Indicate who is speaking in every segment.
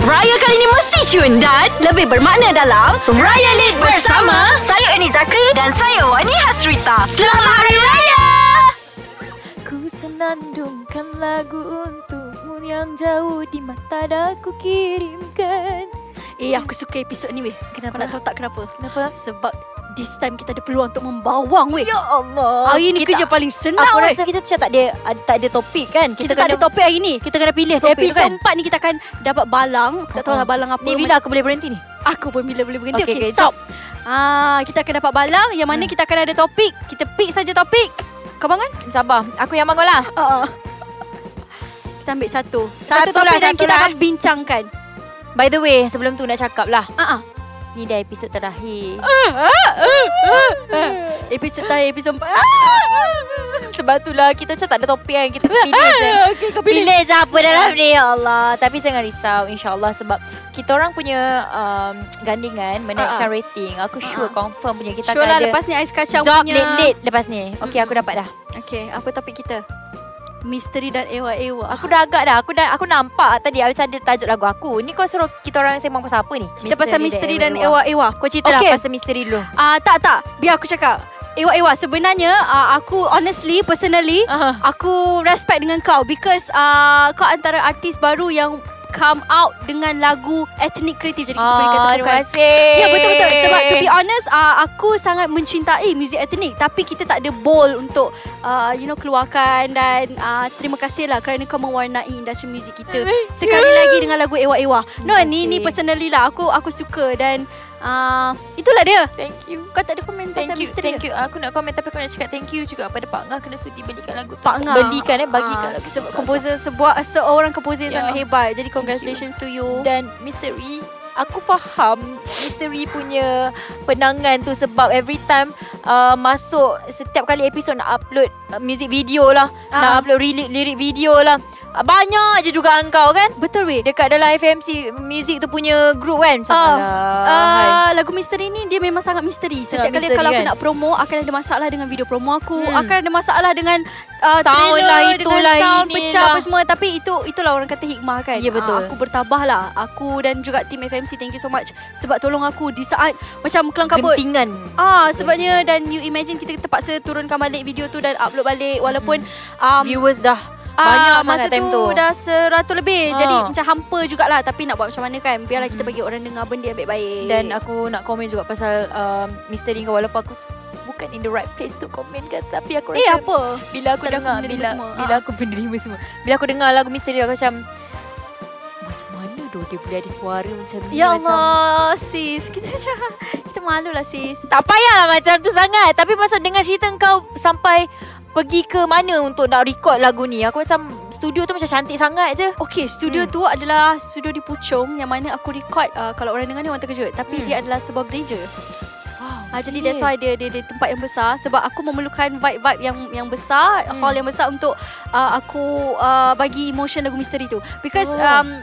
Speaker 1: Raya kali ini mesti cun dan lebih bermakna dalam Raya Lit bersama saya Ernie Zakri dan saya Wani Hasrita. Selamat Hari Raya!
Speaker 2: Ku senandungkan lagu untukmu yang jauh di mata dah ku kirimkan.
Speaker 3: Eh aku suka episod ni weh Kenapa? Kau nak tahu tak kenapa?
Speaker 2: Kenapa?
Speaker 3: Sebab this time kita ada peluang untuk membawang weh
Speaker 2: Ya Allah.
Speaker 3: Hari ni
Speaker 2: Kita-
Speaker 3: kerja paling senang
Speaker 2: Aku
Speaker 3: weh
Speaker 2: rasa kita macam tak ada ada- tak ada topik kan?
Speaker 3: Kita, tak ada topik hari ni
Speaker 2: Kita kena pilih topik tu
Speaker 3: Episod
Speaker 2: kan.
Speaker 3: 4 ni kita akan dapat balang Aku Tak tahu lah
Speaker 2: Uh-uh.
Speaker 3: balang apa
Speaker 2: Ni bila aku boleh berhenti ni?
Speaker 3: Aku pun bila boleh berhenti
Speaker 2: Okey,
Speaker 3: Okay,
Speaker 2: okey, Mm.
Speaker 3: okay, stop Ah, Kita akan dapat balang Yang mana kita akan ada topik Kita pick saja topik Kau bangun?
Speaker 2: Sabar. Aku yang bangun lah.
Speaker 3: Uh. Kita ambil satu Satu,
Speaker 2: Satu lah,
Speaker 3: topik dan
Speaker 2: satu
Speaker 3: kita
Speaker 2: lah,
Speaker 3: akan bincangkan
Speaker 2: By the way, sebelum tu nak cakap lah.
Speaker 3: Ah, ah.
Speaker 2: Ni dah episod terakhir.
Speaker 3: Episod terakhir Episod 4
Speaker 2: Sebab tu lah kita macam tak ada topik kan. Kita pilih je.
Speaker 3: Okay kau Ah, pilih
Speaker 2: Pilih siapa dalam ni ya Allah Tapi jangan risau InsyaAllah sebab Kita orang punya um, Gandingan Menaikkan
Speaker 3: Ha-ha.
Speaker 2: rating Aku sure
Speaker 3: Ha-ha.
Speaker 2: confirm punya Kita
Speaker 3: ah. Sure
Speaker 2: akan
Speaker 3: lah
Speaker 2: ada
Speaker 3: lepas ni Ais Kacang
Speaker 2: Zop
Speaker 3: punya
Speaker 2: late-late lepas ni Okay aku dapat dah
Speaker 3: Okay, apa topik kita? Misteri dan ewa-ewa.
Speaker 2: Aku dah agak dah Aku dah aku nampak tadi Macam ada tajuk lagu aku Ni kau suruh kita orang sembang pasal apa ni
Speaker 3: Cerita pasal misteri dan ewa-ewa.
Speaker 2: Kau cerita okay.
Speaker 3: Okey.
Speaker 2: lah pasal misteri dulu
Speaker 3: Ah uh, tak tak, biar aku cakap. Ewa-ewa sebenarnya uh, aku honestly personally
Speaker 2: Aha.
Speaker 3: aku respect dengan kau because uh, kau antara artis baru yang come out dengan lagu ethnic creative jadi kita boleh
Speaker 2: Ah,
Speaker 3: katakan.
Speaker 2: Terima kasih
Speaker 3: Ya betul betul sebab to be honest uh, aku sangat mencintai muzik etnik tapi kita tak ada bold untuk uh, you know keluarkan dan uh, terima kasih lah kerana kau mewarnai industri muzik kita sekali lagi dengan lagu Ewa Ewa. No
Speaker 2: Terima
Speaker 3: ni
Speaker 2: kasih.
Speaker 3: ni personally lah aku aku suka dan uh, itulah dia.
Speaker 2: Thank you
Speaker 3: Kau tak ada komen
Speaker 2: Thank
Speaker 3: pasal
Speaker 2: you,
Speaker 3: misteri.
Speaker 2: thank you. Aku nak komen tapi aku nak cakap thank you juga pada Pak Ngah kena sudi belikan lagu tu.
Speaker 3: Pak Ngah.
Speaker 2: Belikan eh, bagikan
Speaker 3: Ah,
Speaker 2: lagu tu.
Speaker 3: se- composer sebuah seorang composer yang
Speaker 2: Ya.
Speaker 3: sangat hebat. Jadi congratulations to you.
Speaker 2: dan misteri aku faham misteri punya penangan tu sebab every time uh, masuk setiap kali episod nak upload uh, music video lah uh-huh. nak
Speaker 3: Ah.
Speaker 2: upload lirik, lirik video lah Uh, banyak je dugaan kau kan
Speaker 3: Betul weh.
Speaker 2: dekat dalam FMC music tu punya group kan macam
Speaker 3: Ah.
Speaker 2: uh,
Speaker 3: Uh, lagu misteri ni dia memang sangat misteri. Setiap kali
Speaker 2: misteri,
Speaker 3: kalau aku
Speaker 2: kan?
Speaker 3: nak promo akan ada masalah dengan video promo aku,
Speaker 2: Hmm.
Speaker 3: akan ada masalah dengan uh,
Speaker 2: Sound
Speaker 3: trailer,
Speaker 2: lah,
Speaker 3: dengan
Speaker 2: itulah,
Speaker 3: sound
Speaker 2: inilah.
Speaker 3: pecah apa semua tapi itu itulah orang kata hikmah kan.
Speaker 2: Ya, betul.
Speaker 3: Ah, aku bertabah lah. Aku dan juga tim FMC thank you so much sebab tolong aku di saat macam kelang kabut.
Speaker 2: gentingan
Speaker 3: Ah sebabnya dan you imagine kita terpaksa turunkan balik video tu dan upload balik walaupun um,
Speaker 2: viewers dah
Speaker 3: Ah,
Speaker 2: Hmm. banyak
Speaker 3: masa
Speaker 2: sangat time
Speaker 3: tu
Speaker 2: tu
Speaker 3: dah seratus lebih
Speaker 2: Ha.
Speaker 3: Jadi macam hampa jugalah Tapi nak buat macam mana kan Biarlah kita bagi orang dengar benda yang baik-baik
Speaker 2: Hmm. Dan aku nak komen juga pasal um, misteri kau walaupun aku bukan in the right place to komen kan tapi aku
Speaker 3: Eh
Speaker 2: rasa
Speaker 3: apa
Speaker 2: bila aku
Speaker 3: Tak ada
Speaker 2: dengar
Speaker 3: aku menerima
Speaker 2: bila
Speaker 3: semua.
Speaker 2: bila aku menerima semua. Bila aku dengar lagu misteri aku macam macam mana doh dia boleh ada suara macam ni
Speaker 3: Ya
Speaker 2: macam
Speaker 3: Allah sis Kita macam Kita malu lah sis
Speaker 2: tak payahlah macam tu sangat tapi masa dengar cerita kau sampai pergi ke mana untuk nak record lagu ni aku macam studio tu macam cantik sangat je
Speaker 3: Okay studio
Speaker 2: Hmm.
Speaker 3: tu adalah Studio di Puchong Yang mana aku record uh, Kalau orang dengar ni orang terkejut
Speaker 2: Hmm.
Speaker 3: Tapi dia adalah sebuah gereja
Speaker 2: wow
Speaker 3: uh, Jadi that's why dia, dia, dia tempat yang besar Sebab aku memerlukan vibe-vibe yang yang besar
Speaker 2: Hmm.
Speaker 3: Hall yang besar untuk uh, Aku uh, bagi emotion lagu misteri tu Because
Speaker 2: Oh.
Speaker 3: um,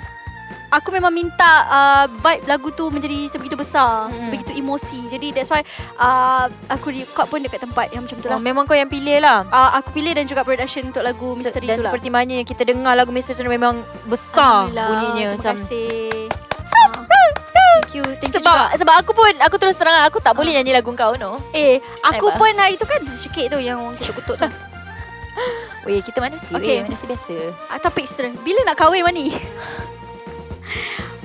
Speaker 3: Aku memang minta uh, vibe lagu tu menjadi sebegitu besar
Speaker 2: Hmm.
Speaker 3: Sebegitu emosi Jadi that's why uh, Aku record pun dekat tempat yang macam tu lah
Speaker 2: oh, memang kau yang pilih lah
Speaker 3: uh, aku pilih dan juga production untuk lagu misteri
Speaker 2: dan
Speaker 3: tu lah.
Speaker 2: seperti mana yang kita dengar lagu misteri tu memang besar
Speaker 3: Alhamdulillah.
Speaker 2: bunyinya
Speaker 3: Terima
Speaker 2: macam
Speaker 3: kasih. Ah. Thank you, thank you
Speaker 2: sebab
Speaker 3: juga.
Speaker 2: sebab aku Ah. pun aku terus terang aku tak boleh nyanyi lagu kau no.
Speaker 3: Eh, aku
Speaker 2: Apa?
Speaker 3: pun hari tu kan sikit tu yang orang kutuk-kutuk tu.
Speaker 2: Weh kita manusia, okay.
Speaker 3: Okay.
Speaker 2: manusia biasa.
Speaker 3: Ah, topik seterusnya. Bila nak kahwin mani?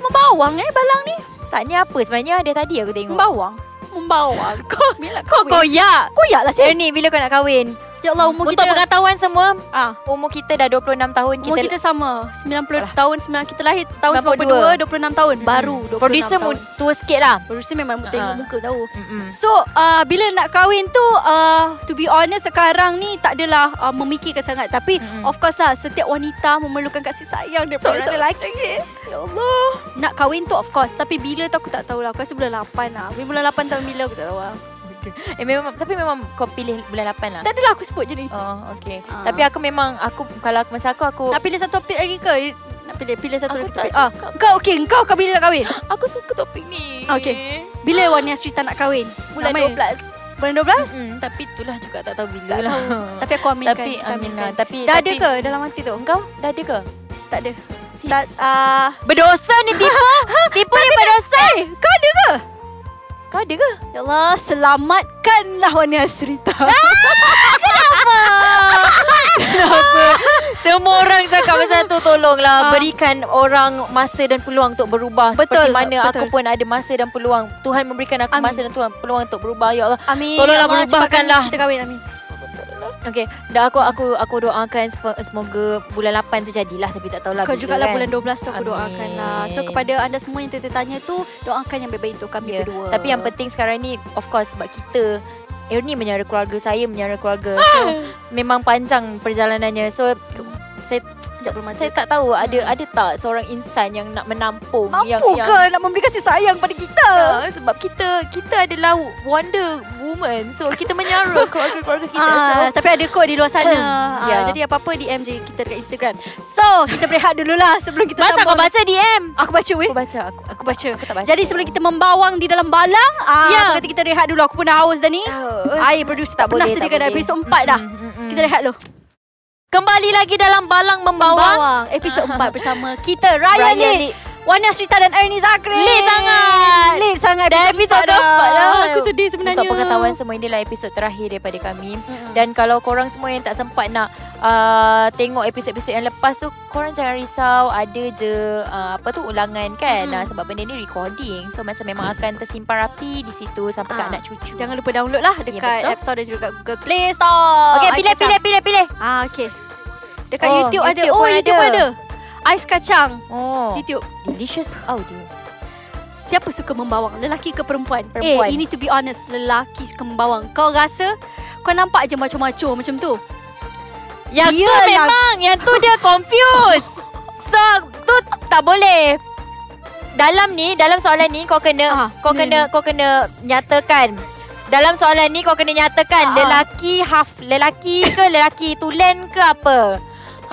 Speaker 3: Membawang eh balang ni.
Speaker 2: Tak ni apa sebenarnya dia tadi aku tengok.
Speaker 3: Membawang. Membawang.
Speaker 2: Kau
Speaker 3: Bila nak
Speaker 2: kau Eh. koyak.
Speaker 3: koyaklah saya.
Speaker 2: Ernie bila kau nak kahwin?
Speaker 3: lah, Ya Allah umur
Speaker 2: Untuk
Speaker 3: kita.
Speaker 2: pengetahuan semua,
Speaker 3: Ah,
Speaker 2: umur kita dah 26 tahun
Speaker 3: umur kita,
Speaker 2: kita,
Speaker 3: sama 90
Speaker 2: Alah.
Speaker 3: tahun 9 kita lahir tahun 92
Speaker 2: 92,
Speaker 3: 26 tahun baru 26
Speaker 2: producer
Speaker 3: tahun.
Speaker 2: mu, tua sikit lah.
Speaker 3: Producer memang
Speaker 2: Ah.
Speaker 3: tengok muka tahu.
Speaker 2: Mm-mm.
Speaker 3: So uh, bila nak kahwin tu uh, To be honest sekarang ni Tak adalah uh, memikirkan sangat Tapi
Speaker 2: Mm-mm.
Speaker 3: of course lah Setiap wanita memerlukan kasih sayang
Speaker 2: Sorry,
Speaker 3: Daripada seorang
Speaker 2: sorry.
Speaker 3: lelaki Ya Allah Nak kahwin tu of course Tapi bila tu aku tak tahulah Aku rasa bulan 8 lah Bila Bulan 8 tahun bila aku tak tahu lah
Speaker 2: Eh memang tapi memang kau pilih bulan 8 lah.
Speaker 3: Tak adalah aku sebut je ni
Speaker 2: Oh, okay.
Speaker 3: Ah.
Speaker 2: Tapi aku memang aku kalau aku masa aku aku
Speaker 3: Nak pilih satu topik lagi ke? Nak pilih pilih satu
Speaker 2: Aku
Speaker 3: lagi
Speaker 2: tak
Speaker 3: topik ah,
Speaker 2: cakap.
Speaker 3: Kau okay Kau kau bila nak kahwin?
Speaker 2: aku suka topik ni.
Speaker 3: Okay. Bila Wani cerita nak kahwin?
Speaker 2: Ah. Bulan
Speaker 3: Ramai.
Speaker 2: 12.
Speaker 3: Bulan 12?
Speaker 2: Mm, tapi itulah juga tak tahu bila
Speaker 3: Tak
Speaker 2: lah.
Speaker 3: tahu Tapi aku aminkan
Speaker 2: Tapi
Speaker 3: kita
Speaker 2: Aminah, tapi
Speaker 3: Dah ada
Speaker 2: tapi,
Speaker 3: ke dalam hati tu?
Speaker 2: Kau dah ada ke?
Speaker 3: Tak ada Tak, uh,
Speaker 2: Berdosa ni tipu. tipu ni berdosa.
Speaker 3: eh, kau ada ke?
Speaker 2: Kau ada ke?
Speaker 3: Ya Allah, selamatkanlah Wani Hasrita.
Speaker 2: Ah, Kenapa? Ha. Semua orang cakap macam tu
Speaker 3: Ah.
Speaker 2: Tolonglah Berikan orang masa dan peluang Untuk berubah Seperti
Speaker 3: Betul,
Speaker 2: mana
Speaker 3: betul.
Speaker 2: aku pun ada masa dan peluang Tuhan memberikan aku
Speaker 3: Amin.
Speaker 2: masa dan Tuhan peluang Untuk berubah Ya Allah
Speaker 3: Amin.
Speaker 2: Tolonglah
Speaker 3: Ya Allah,
Speaker 2: berubahkanlah.
Speaker 3: cepatkan Kita kahwin, amin.
Speaker 2: Okay Dah aku aku aku doakan sepo- Semoga bulan 8 tu jadilah Tapi tak tahulah
Speaker 3: Kau
Speaker 2: bila
Speaker 3: juga lah
Speaker 2: kan.
Speaker 3: bulan 12 tu aku
Speaker 2: Amin.
Speaker 3: doakanlah. So kepada anda semua yang tertanya tu, doakan yang baik-baik untuk kami
Speaker 2: Ya,
Speaker 3: berdua.
Speaker 2: Tapi yang penting sekarang ni Of course sebab kita Ernie menyara keluarga Saya menyara keluarga
Speaker 3: Ah!
Speaker 2: So memang panjang perjalanannya So ke- saya
Speaker 3: Tidak bermata.
Speaker 2: saya tak tahu ada ada tak seorang insan yang nak menampung yang
Speaker 3: Mampu
Speaker 2: yang
Speaker 3: ke nak memberi kasih sayang pada kita?
Speaker 2: Ah, sebab kita kita adalah wonder woman so kita menyara keluarga-keluarga kita
Speaker 3: Ah,
Speaker 2: so
Speaker 3: tapi ada kod di luar sana. Ah,
Speaker 2: Ya.
Speaker 3: Jadi apa-apa DM je kita dekat Instagram. So, kita berehat dululah sebelum kita
Speaker 2: baca kau
Speaker 3: sambung. Eh?
Speaker 2: baca DM
Speaker 3: Aku baca weh.
Speaker 2: aku baca aku
Speaker 3: Aku baca.
Speaker 2: aku tak baca
Speaker 3: Jadi sebelum kita membawang di dalam balang, ah,
Speaker 2: Ya. Ah.
Speaker 3: aku kata kita rehat dulu. Aku pun dah haus dah ni.
Speaker 2: Haus.
Speaker 3: Air producer tak,
Speaker 2: Tak
Speaker 3: pernah
Speaker 2: boleh, tak
Speaker 3: sediakan dah.
Speaker 2: boleh.
Speaker 3: Episod 4 dah.
Speaker 2: Mm, mm, mm.
Speaker 3: Kita rehat dulu.
Speaker 2: kembali lagi dalam balang membawa
Speaker 3: Bawang. Episod 4 bersama kita
Speaker 2: Raya
Speaker 3: Raya, Raya Lee.
Speaker 2: Lee.
Speaker 3: Wanda Srita dan Ernie Zakri.
Speaker 2: Lit sangat.
Speaker 3: Lit sangat.
Speaker 2: Dah episod
Speaker 3: empat
Speaker 2: keempat dah.
Speaker 3: Aku sedih sebenarnya.
Speaker 2: Untuk pengetahuan semua inilah episod terakhir daripada kami. Dan kalau korang semua yang tak sempat nak uh, tengok episod-episod yang lepas tu, korang jangan risau. Ada je uh, apa tu ulangan kan. Mm.
Speaker 3: Mm.
Speaker 2: sebab benda ni recording. So macam memang akan tersimpan rapi di situ sampai kat
Speaker 3: Ah,
Speaker 2: anak cucu.
Speaker 3: Jangan lupa download lah
Speaker 2: Ya,
Speaker 3: dekat
Speaker 2: betul.
Speaker 3: App Store dan juga Google Play Store.
Speaker 2: Okay,
Speaker 3: Ais
Speaker 2: pilih,
Speaker 3: kacang.
Speaker 2: pilih, pilih, pilih.
Speaker 3: Ah, okay. Dekat
Speaker 2: Oh,
Speaker 3: YouTube, ada.
Speaker 2: YouTube pun
Speaker 3: Oh, YouTube
Speaker 2: ada.
Speaker 3: ada. Ais kacang.
Speaker 2: Oh,
Speaker 3: YouTube.
Speaker 2: delicious audio.
Speaker 3: Siapa suka membawang? Lelaki ke perempuan?
Speaker 2: Perempuan.
Speaker 3: Eh, ini to be honest, lelaki suka membawang. Kau rasa kau nampak je macho-macho macam tu.
Speaker 2: Yang tu
Speaker 3: Yelah.
Speaker 2: memang, yang tu dia confused. So, tu tak boleh. Dalam ni, dalam soalan ni kau
Speaker 3: Ah,
Speaker 2: kena ah, kau
Speaker 3: ni,
Speaker 2: kena kau kena nyatakan. Dalam soalan ni kau kena nyatakan
Speaker 3: Ah.
Speaker 2: ah. lelaki half lelaki ke lelaki tulen ke apa.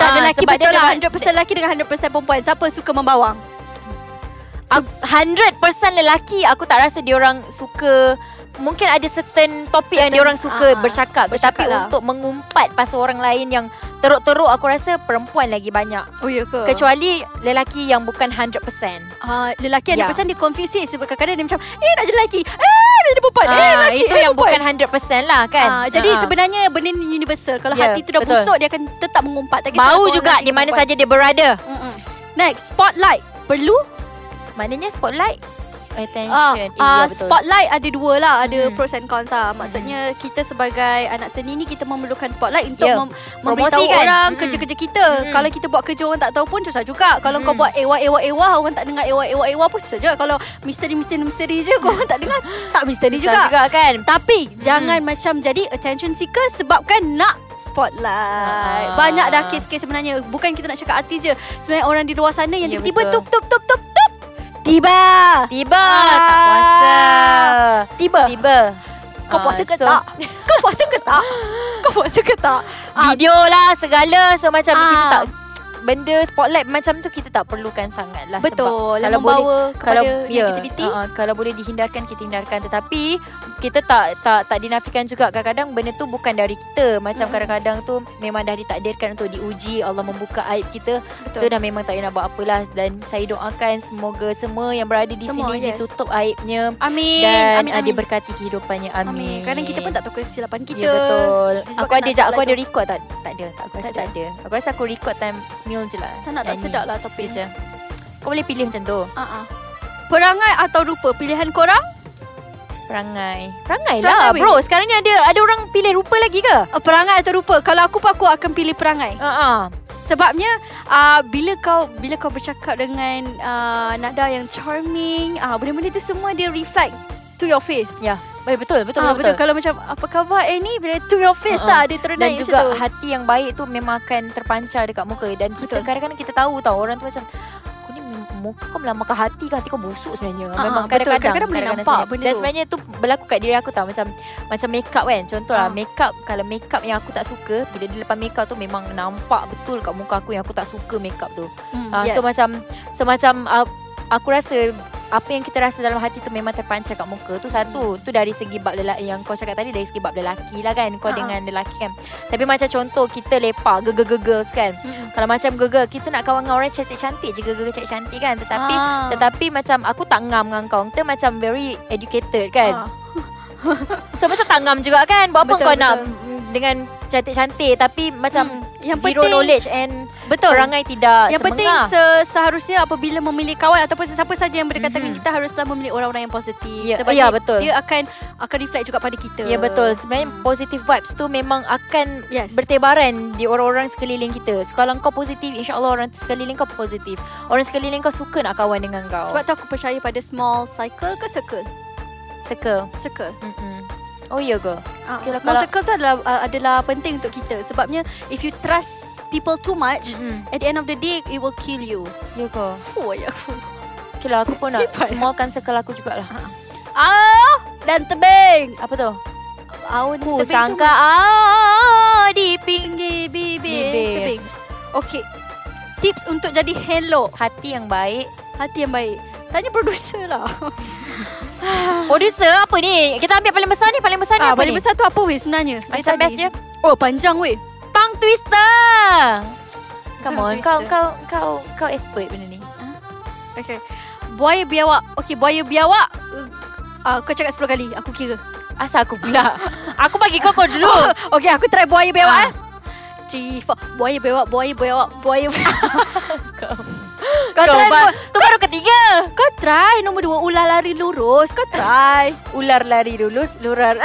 Speaker 3: Tak
Speaker 2: Ah,
Speaker 3: ada lelaki
Speaker 2: sebab dia
Speaker 3: betul lah
Speaker 2: dengan-
Speaker 3: 100% lelaki dengan 100% perempuan. Siapa suka membawang?
Speaker 2: Aku- 100% lelaki aku tak rasa diorang suka mungkin ada certain topik
Speaker 3: Certain-
Speaker 2: yang diorang suka
Speaker 3: ah,
Speaker 2: bercakap,
Speaker 3: bercakap
Speaker 2: bercakap tetapi
Speaker 3: lah.
Speaker 2: lah. untuk mengumpat pasal orang lain yang teruk-teruk aku rasa perempuan lagi banyak.
Speaker 3: Oh, ya ke?
Speaker 2: Kecuali lelaki yang bukan 100%.
Speaker 3: Ah, lelaki
Speaker 2: Ya.
Speaker 3: yang yeah. dia confused eh, sebab kadang-kadang dia macam eh nak jadi lelaki. Eh nak jadi perempuan. eh
Speaker 2: Ah,
Speaker 3: lelaki.
Speaker 2: itu
Speaker 3: eh,
Speaker 2: yang
Speaker 3: perempuan.
Speaker 2: bukan 100% lah kan.
Speaker 3: Ah, jadi
Speaker 2: Ah.
Speaker 3: sebenarnya benda ni universal. Kalau
Speaker 2: Ya,
Speaker 3: hati tu dah
Speaker 2: betul.
Speaker 3: busuk dia akan tetap mengumpat. Tak
Speaker 2: bau juga di mana
Speaker 3: saja.
Speaker 2: saja dia berada.
Speaker 3: Next, spotlight. Perlu?
Speaker 2: Maknanya spotlight attention.
Speaker 3: Ah,
Speaker 2: Eh, ya,
Speaker 3: ah,
Speaker 2: betul.
Speaker 3: spotlight ada dua lah, ada
Speaker 2: Mhm.
Speaker 3: pros and cons lah. Maksudnya kita sebagai anak seni ni kita memerlukan spotlight untuk
Speaker 2: Ya,
Speaker 3: yeah. mem- memberitahu
Speaker 2: promosikan.
Speaker 3: orang
Speaker 2: Mhm.
Speaker 3: kerja-kerja kita.
Speaker 2: Mhm.
Speaker 3: Kalau kita buat kerja orang tak tahu pun susah juga. Kalau kau
Speaker 2: Mhm.
Speaker 3: buat ewa-ewa-ewa orang tak dengar ewa-ewa-ewa pun susah juga. Kalau misteri-misteri-misteri je kau orang tak dengar tak misteri
Speaker 2: Susah juga. Hmm.
Speaker 3: juga. Ah,
Speaker 2: kan.
Speaker 3: Tapi jangan macam jadi attention seeker sebabkan nak
Speaker 2: Ah.
Speaker 3: spotlight. Banyak dah kes-kes sebenarnya. Bukan kita nak cakap artis je. Sebenarnya orang di luar sana yang
Speaker 2: Ya,
Speaker 3: tiba-tiba
Speaker 2: betul.
Speaker 3: tup tup tup tup tup. Tiba.
Speaker 2: Tiba tak puasa.
Speaker 3: Tiba.
Speaker 2: Tiba.
Speaker 3: Ah. Kau
Speaker 2: Ah,
Speaker 3: puasa ke
Speaker 2: so,
Speaker 3: tak? Kau puasa ke tak? Kau puasa ke tak? Ah.
Speaker 2: Video lah segala so macam
Speaker 3: Ah.
Speaker 2: kita tak benda spotlight macam tu kita tak perlukan sangat lah sebab kalau
Speaker 3: Betul. Kalau
Speaker 2: boleh
Speaker 3: membawa kepada
Speaker 2: ya,
Speaker 3: negativity.
Speaker 2: uh, kalau boleh dihindarkan kita hindarkan tetapi kita tak tak tak dinafikan juga kadang-kadang benda tu bukan dari kita macam
Speaker 3: Mm-mm.
Speaker 2: kadang-kadang tu memang dah ditakdirkan untuk diuji Allah membuka aib kita tu
Speaker 3: Betul.
Speaker 2: dah memang tak payah nak buat apalah dan saya doakan semoga semua yang berada di
Speaker 3: Semua,
Speaker 2: sini
Speaker 3: yes.
Speaker 2: ditutup aibnya
Speaker 3: Amin.
Speaker 2: dan
Speaker 3: amin.
Speaker 2: uh,
Speaker 3: Amin.
Speaker 2: diberkati kehidupannya amin
Speaker 3: amin. Kadang kita pun tak tahu kesilapan kita.
Speaker 2: Ya betul Aku
Speaker 3: Disebabkan
Speaker 2: ada
Speaker 3: tak
Speaker 2: je Aku
Speaker 3: spotlight
Speaker 2: ada
Speaker 3: tu.
Speaker 2: record tak Tak ada Aku rasa
Speaker 3: Tak
Speaker 2: tak ada Aku rasa aku record time Smule je lah
Speaker 3: Tak nak tak
Speaker 2: Nyanyi.
Speaker 3: sedap lah
Speaker 2: Itu
Speaker 3: topik
Speaker 2: je Kau boleh pilih macam tu
Speaker 3: Ah, ah. Perangai atau rupa pilihan korang?
Speaker 2: Perangai Perangai
Speaker 3: Perangai
Speaker 2: lah
Speaker 3: weh.
Speaker 2: bro Sekarang ni ada Ada orang pilih rupa lagi ke?
Speaker 3: Uh, perangai atau rupa? Kalau aku pun aku akan pilih perangai.
Speaker 2: Uh-uh.
Speaker 3: Sebabnya uh, bila kau bila kau bercakap dengan uh, nada yang charming, uh, benda-benda tu semua dia reflect to your face.
Speaker 2: Ya Baik betul Betul,
Speaker 3: Ah,
Speaker 2: betul, betul.
Speaker 3: Kalau macam apa khabar eh ni bila to your face
Speaker 2: Ha-ha.
Speaker 3: lah dia terus
Speaker 2: Dan
Speaker 3: naik
Speaker 2: juga
Speaker 3: macam tu.
Speaker 2: hati yang baik tu Memang akan terpancar Dekat muka Dan kita
Speaker 3: Betul.
Speaker 2: kadang-kadang Kita tahu tau Orang tu macam Kau ni muka kau melama ke hati ke Hati kau busuk sebenarnya
Speaker 3: Ah,
Speaker 2: Memang
Speaker 3: ah, betul.
Speaker 2: kadang-kadang
Speaker 3: Kadang-kadang boleh nampak
Speaker 2: sebenarnya.
Speaker 3: benda
Speaker 2: Dan
Speaker 3: tu.
Speaker 2: sebenarnya tu Berlaku kat diri aku tau Macam Macam make up kan Contoh lah
Speaker 3: Ah.
Speaker 2: make up Kalau make up yang aku tak suka Bila dia lepas make up tu Memang nampak betul Kat muka aku Yang aku tak suka make up tu
Speaker 3: Hmm,
Speaker 2: uh, So macam So macam uh, ah, Aku rasa apa yang kita rasa dalam hati tu memang terpancar kat muka tu satu
Speaker 3: Hmm.
Speaker 2: tu dari segi bab lelaki yang kau cakap tadi dari segi bab lelaki lah kan kau
Speaker 3: Ha.
Speaker 2: dengan lelaki kan tapi macam contoh kita lepak girl girls kan
Speaker 3: Hmm.
Speaker 2: kalau macam girl kita nak kawan dengan orang cantik-cantik je girl cantik-cantik kan tetapi
Speaker 3: Ah.
Speaker 2: tetapi macam aku tak ngam dengan kau kita macam very educated kan
Speaker 3: Ah.
Speaker 2: So pasal tangam juga kan Buat apa
Speaker 3: Betul,
Speaker 2: kau
Speaker 3: betul.
Speaker 2: nak mm, Dengan cantik-cantik Tapi macam
Speaker 3: Hmm. Yang
Speaker 2: Zero
Speaker 3: penting-
Speaker 2: knowledge And
Speaker 3: Betul.
Speaker 2: perangai tidak
Speaker 3: Yang penting
Speaker 2: semengah.
Speaker 3: se, seharusnya apabila memilih kawan ataupun sesiapa saja yang berdekatan mm-hmm. kita haruslah memilih orang-orang yang positif
Speaker 2: Ya,
Speaker 3: sebab
Speaker 2: ya,
Speaker 3: dia,
Speaker 2: betul.
Speaker 3: dia akan akan reflect juga pada kita. Hmm.
Speaker 2: Ya betul Sebenarnya positive vibes tu Memang akan
Speaker 3: Yes.
Speaker 2: Bertebaran Di orang-orang sekeliling kita So kalau kau positif InsyaAllah orang sekeliling kau positif Orang sekeliling kau suka nak kawan dengan kau
Speaker 3: Sebab tu aku percaya pada small cycle ke circle?
Speaker 2: Suka
Speaker 3: Circle.
Speaker 2: Mm-mm. Oh iya ke
Speaker 3: Ah,
Speaker 2: Okay lah,
Speaker 3: small
Speaker 2: kalau-
Speaker 3: circle tu adalah uh, adalah penting untuk kita sebabnya if you trust people too much
Speaker 2: Mm-mm.
Speaker 3: at the end of the day it will kill you.
Speaker 2: Ya ke
Speaker 3: Hmm. Oh ya aku.
Speaker 2: Okay lah aku pun nak
Speaker 3: Lipat.
Speaker 2: Smallkan circle aku jugalah
Speaker 3: Ha, Au Ah, dan tebing.
Speaker 2: Apa tu
Speaker 3: Au dan
Speaker 2: Ku
Speaker 3: tebing
Speaker 2: sangka
Speaker 3: tu
Speaker 2: ah, Di ping
Speaker 3: tinggi bibir.
Speaker 2: Bibir.
Speaker 3: Tebing. Okay. Tips untuk jadi hello.
Speaker 2: Hati yang baik
Speaker 3: Hati yang baik Tanya producer lah
Speaker 2: Producer Oh, apa ni? Kita ambil paling besar ni, paling besar ni
Speaker 3: ah,
Speaker 2: apa
Speaker 3: Paling
Speaker 2: ni?
Speaker 3: besar tu apa weh sebenarnya Dari
Speaker 2: Macam
Speaker 3: tadi.
Speaker 2: best je.
Speaker 3: Oh panjang weh
Speaker 2: Tongue twister. Come
Speaker 3: Tongue
Speaker 2: on, kau
Speaker 3: twister.
Speaker 2: kau kau kau expert benda ni.
Speaker 3: Okay Buaya biawak Okay buaya biawak uh, Kau cakap 10 kali Aku kira
Speaker 2: Asal aku pula. aku bagi kau kau dulu.
Speaker 3: Okay aku try
Speaker 2: Oh.
Speaker 3: buaya
Speaker 2: Ah.
Speaker 3: biawak ah. Three, four. Buaya biawak Buaya biawak Buaya biawak
Speaker 2: Kau.
Speaker 3: Kau
Speaker 2: Kau
Speaker 3: try
Speaker 2: ba-
Speaker 3: nombor-
Speaker 2: tu baru ketiga.
Speaker 3: Kau try Nombor dua Ular lari lurus Kau try
Speaker 2: Ular lari lurus, lurar.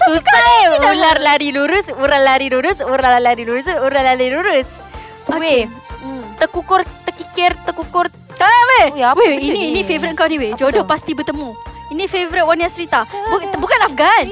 Speaker 2: Susah eh. Ular lari lurus, ular lari lurus, ular lari lurus, ular lari lurus.
Speaker 3: Okay.
Speaker 2: Okay. Weh,
Speaker 3: hmm.
Speaker 2: terkukur, terkikir, terkukur.
Speaker 3: Tak weh
Speaker 2: Oh, ya, apa
Speaker 3: Weh
Speaker 2: benda
Speaker 3: ini,
Speaker 2: ni?
Speaker 3: ini favourite kau ni weh
Speaker 2: Apa
Speaker 3: Jodoh
Speaker 2: tu?
Speaker 3: pasti bertemu Ini favourite Wania Srita Buk- Bukan Afgan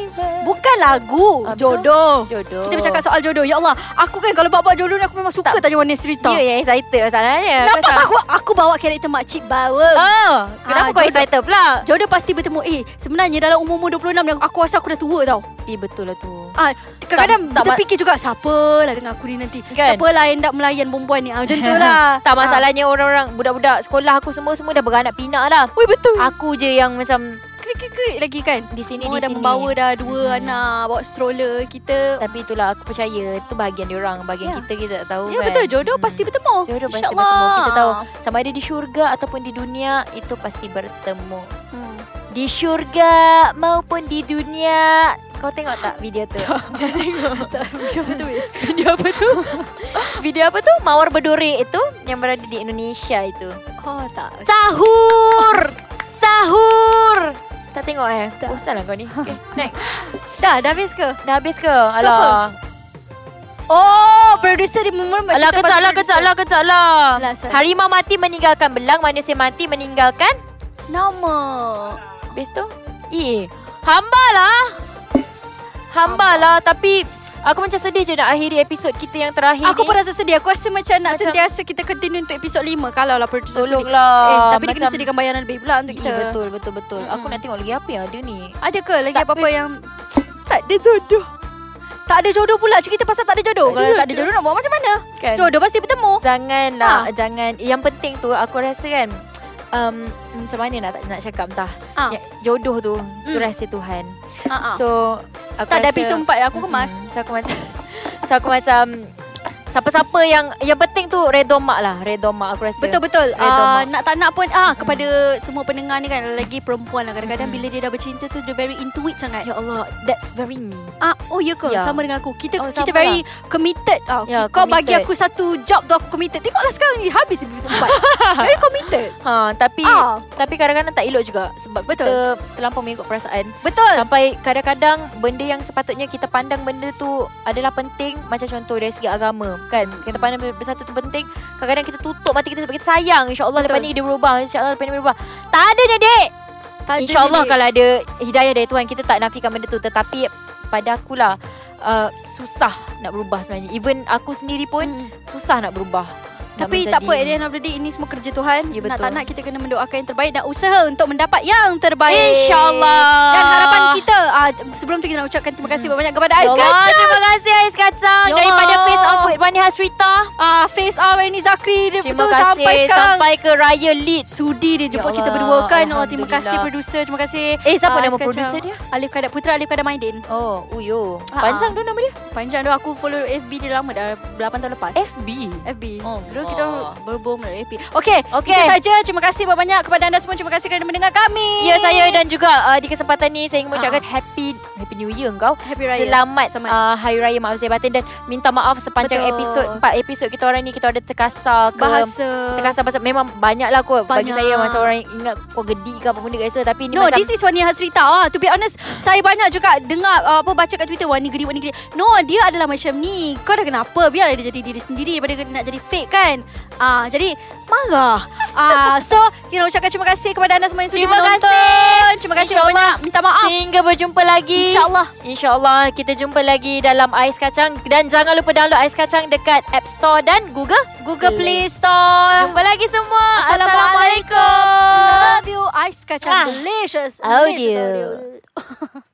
Speaker 3: Bukan lagu
Speaker 2: Ah, betul.
Speaker 3: Jodoh
Speaker 2: Jodoh.
Speaker 3: Kita bercakap soal jodoh Ya Allah Aku kan kalau bawa-bawa jodoh ni Aku memang suka tak.
Speaker 2: Tak. ya.
Speaker 3: tanya warna cerita
Speaker 2: Dia yang Ya, excited masalahnya. Kau
Speaker 3: Nampak
Speaker 2: salah.
Speaker 3: tak aku Aku bawa karakter makcik bawa
Speaker 2: Oh, kenapa
Speaker 3: Ah,
Speaker 2: kau
Speaker 3: jodoh.
Speaker 2: excited pula?
Speaker 3: Jodoh pasti bertemu Eh sebenarnya dalam umur-umur 26 ni Aku rasa aku dah tua tau
Speaker 2: Eh, betul lah tu.
Speaker 3: ah, Kadang-kadang
Speaker 2: tak
Speaker 3: kita
Speaker 2: ma-
Speaker 3: fikir juga Siapa lah dengan aku ni nanti
Speaker 2: Kan?
Speaker 3: Siapa lah yang nak melayan perempuan ni ah, Macam tu lah
Speaker 2: Tak masalahnya orang-orang budak-budak sekolah aku semua semua dah beranak pinak dah.
Speaker 3: ah. Weh betul
Speaker 2: Aku je yang macam
Speaker 3: Krik-krik lagi kan
Speaker 2: Di sini,
Speaker 3: Semua
Speaker 2: di
Speaker 3: dah
Speaker 2: sini.
Speaker 3: membawa dah Dua
Speaker 2: Hmm.
Speaker 3: anak Bawa stroller Kita
Speaker 2: tapi itulah aku percaya tu bahagian dia orang, bahagian
Speaker 3: Ya.
Speaker 2: kita kita tak tahu
Speaker 3: Ya
Speaker 2: kan.
Speaker 3: betul Jodoh
Speaker 2: Hmm.
Speaker 3: pasti bertemu
Speaker 2: Jodoh pasti
Speaker 3: InsyaAllah.
Speaker 2: bertemu. Kita tahu sama ada di syurga ataupun di dunia itu pasti bertemu.
Speaker 3: hmm.
Speaker 2: Di syurga maupun di dunia. Kau tengok tak video tu?
Speaker 3: Jodoh betul weh.
Speaker 2: video apa tu? video apa tu? Mawar berduri itu yang berada di Indonesia itu.
Speaker 3: Oh tak
Speaker 2: Sahur Sahur Tak tengok eh
Speaker 3: Tak.
Speaker 2: Bosan lah kau ni okay, Next
Speaker 3: Dah dah habis ke
Speaker 2: Dah habis ke? Alah
Speaker 3: Oh, producer dia memang
Speaker 2: Alah kejap lah kejap lah kejap lah
Speaker 3: Alah, sorry.
Speaker 2: Harimau mati meninggalkan belang Manusia mati meninggalkan
Speaker 3: Nama.
Speaker 2: Habis tu Eh Hamba lah Hamba lah Tapi Aku macam sedih je nak akhiri episod kita yang terakhir
Speaker 3: Aku
Speaker 2: ni
Speaker 3: pun rasa sedih. Aku rasa macam nak
Speaker 2: Macam-
Speaker 3: sentiasa kita continue untuk episod 5 kalau lah producer sedih.
Speaker 2: Tolonglah
Speaker 3: Eh, tapi dia kena
Speaker 2: Macam-
Speaker 3: sediakan bayaran lebih pula untuk
Speaker 2: Eh,
Speaker 3: kita.
Speaker 2: Betul betul betul Aku
Speaker 3: Mm-mm.
Speaker 2: nak tengok lagi apa yang ada ni
Speaker 3: Ada ke lagi
Speaker 2: Tak
Speaker 3: apa-apa
Speaker 2: ada.
Speaker 3: yang tak ada jodoh? Tak ada jodoh pula. Cerita pasal tak ada
Speaker 2: Oh,
Speaker 3: jodoh. Kalau tak ada jodoh nak buat macam mana?
Speaker 2: Kan
Speaker 3: Jodoh pasti bertemu.
Speaker 2: Janganlah ha. Jangan Yang penting tu Aku rasa kan um, Macam mana nak, nak cakap entah
Speaker 3: Ah.
Speaker 2: Ya, Jodoh tu Itu
Speaker 3: Mm.
Speaker 2: rahsia Tuhan
Speaker 3: Ha ah.
Speaker 2: So aku
Speaker 3: tak ada
Speaker 2: rasa-
Speaker 3: episod 4 aku kemas.
Speaker 2: Mm-mm. So aku macam So aku macam Siapa-siapa yang Yang penting tu Redha mak lah Redha mak aku rasa
Speaker 3: Betul betul.
Speaker 2: Redha mak.
Speaker 3: Uh, nak tak nak pun ah kepada semua pendengar ni kan lagi perempuan lah
Speaker 2: Mm.
Speaker 3: kadang-kadang bila dia dah bercinta tu dia very intuit sangat.
Speaker 2: Ya Allah That's very me
Speaker 3: Ah, oh ya ke?
Speaker 2: Ya.
Speaker 3: Sama dengan aku. Kita oh,
Speaker 2: Oh,
Speaker 3: kita
Speaker 2: sama
Speaker 3: very committed. Ah,
Speaker 2: Ya,
Speaker 3: kau bagi
Speaker 2: committed.
Speaker 3: aku satu job tu aku committed. Tengoklah sekarang ni habis episode 4. very committed.
Speaker 2: ha, Tapi
Speaker 3: Ah.
Speaker 2: Tapi kadang-kadang tak elok juga Sebab
Speaker 3: Betul.
Speaker 2: kita Terlampau mengikut perasaan
Speaker 3: Betul.
Speaker 2: Sampai kadang-kadang benda yang sepatutnya kita pandang benda tu adalah penting Macam contoh dari segi agama kan Kita
Speaker 3: Hmm.
Speaker 2: pandang benda satu tu penting Kadang-kadang kita tutup mati kita sebab kita sayang InsyaAllah
Speaker 3: Betul.
Speaker 2: lepas ni dia berubah InsyaAllah lepas ni berubah Tak adanya dek
Speaker 3: Tak ada
Speaker 2: InsyaAllah
Speaker 3: ni.
Speaker 2: kalau ada hidayah dari Tuhan Kita tak nafikan benda tu Tetapi pada akulah uh, Susah nak berubah sebenarnya Even aku sendiri pun
Speaker 3: Mm.
Speaker 2: susah nak berubah menjadi-
Speaker 3: Tapi tak apa At the end of the day Ini semua kerja Tuhan
Speaker 2: Ya, betul.
Speaker 3: Nak tak nak kita kena mendoakan yang terbaik Dan usaha untuk mendapat yang terbaik
Speaker 2: InsyaAllah.
Speaker 3: Dan harapan kita uh, Sebelum tu kita nak ucapkan Terima kasih banyak-banyak Kepada
Speaker 2: Ya
Speaker 3: Ais
Speaker 2: Allah,
Speaker 3: Kacang
Speaker 2: Terima kasih Ais Kacang
Speaker 3: Ya
Speaker 2: Daripada
Speaker 3: Allah.
Speaker 2: Face Off with Wani Hasrita
Speaker 3: uh, Face R Rani Zakri Dia
Speaker 2: Terima
Speaker 3: betul
Speaker 2: kasih
Speaker 3: sampai sekarang
Speaker 2: Sampai ke Raya Lead
Speaker 3: Sudi dia
Speaker 2: Ya
Speaker 3: jumpa kita
Speaker 2: Allah,
Speaker 3: berdua kan oh, Terima kasih
Speaker 2: Alhamdulillah.
Speaker 3: producer Terima kasih
Speaker 2: Eh, siapa
Speaker 3: ah,
Speaker 2: nama
Speaker 3: Ais Kacang.
Speaker 2: producer dia?
Speaker 3: Alif Kadar Putra Alif Kadar Maidin
Speaker 2: Oh, Uyo.
Speaker 3: Ha-ha.
Speaker 2: Panjang tu nama dia?
Speaker 3: Panjang tu aku follow FB dia lama Dah 8 tahun lepas
Speaker 2: FB.
Speaker 3: FB.
Speaker 2: Oh,
Speaker 3: Dulu kita
Speaker 2: Allah.
Speaker 3: berhubung melalui FB. Okey,
Speaker 2: Okey.
Speaker 3: okay. itu saja. Terima kasih banyak-banyak kepada anda semua. Terima kasih kerana mendengar kami.
Speaker 2: Ya saya dan juga uh, di kesempatan ni saya ingin
Speaker 3: Ah.
Speaker 2: mengucapkan happy happy new year engkau.
Speaker 3: Happy Raya.
Speaker 2: Selamat
Speaker 3: Selamat.
Speaker 2: uh, Hari Raya Maaf Zahir Batin dan minta maaf sepanjang
Speaker 3: Betul.
Speaker 2: episod empat episod kita orang ni kita ada terkasar ke
Speaker 3: bahasa.
Speaker 2: terkasar bahasa memang banyak lah kot bagi
Speaker 3: Banyak.
Speaker 2: saya masa orang ingat kau gedi ke apa benda kat situ tapi ni
Speaker 3: No,
Speaker 2: macam
Speaker 3: this is Wani Hasrita. Ah, to be honest, saya banyak juga dengar ah, apa baca kat Twitter Wani geri Wani geri. No, dia adalah macam ni. Kau dah kenapa? Biar dia jadi diri sendiri daripada dia nak jadi fake kan. Ah, jadi marah. Ah, so kita nak ucapkan terima kasih kepada anda semua yang sudi
Speaker 2: Terima
Speaker 3: menonton.
Speaker 2: kasih.
Speaker 3: Terima kasih
Speaker 2: InsyaAllah.
Speaker 3: banyak. Minta maaf.
Speaker 2: Hingga berjumpa lagi
Speaker 3: InsyaAllah.
Speaker 2: InsyaAllah Kita jumpa lagi dalam Ais Kacang Dan jangan lupa download Ais Kacang Dekat App Store dan Google
Speaker 3: Google Play Store.
Speaker 2: Jumpa lagi semua
Speaker 3: Ah. Assalamualaikum.
Speaker 2: Assalamualaikum
Speaker 3: Love you. Ice kacang
Speaker 2: Ah.
Speaker 3: delicious.
Speaker 2: Audio.
Speaker 3: delicious audio.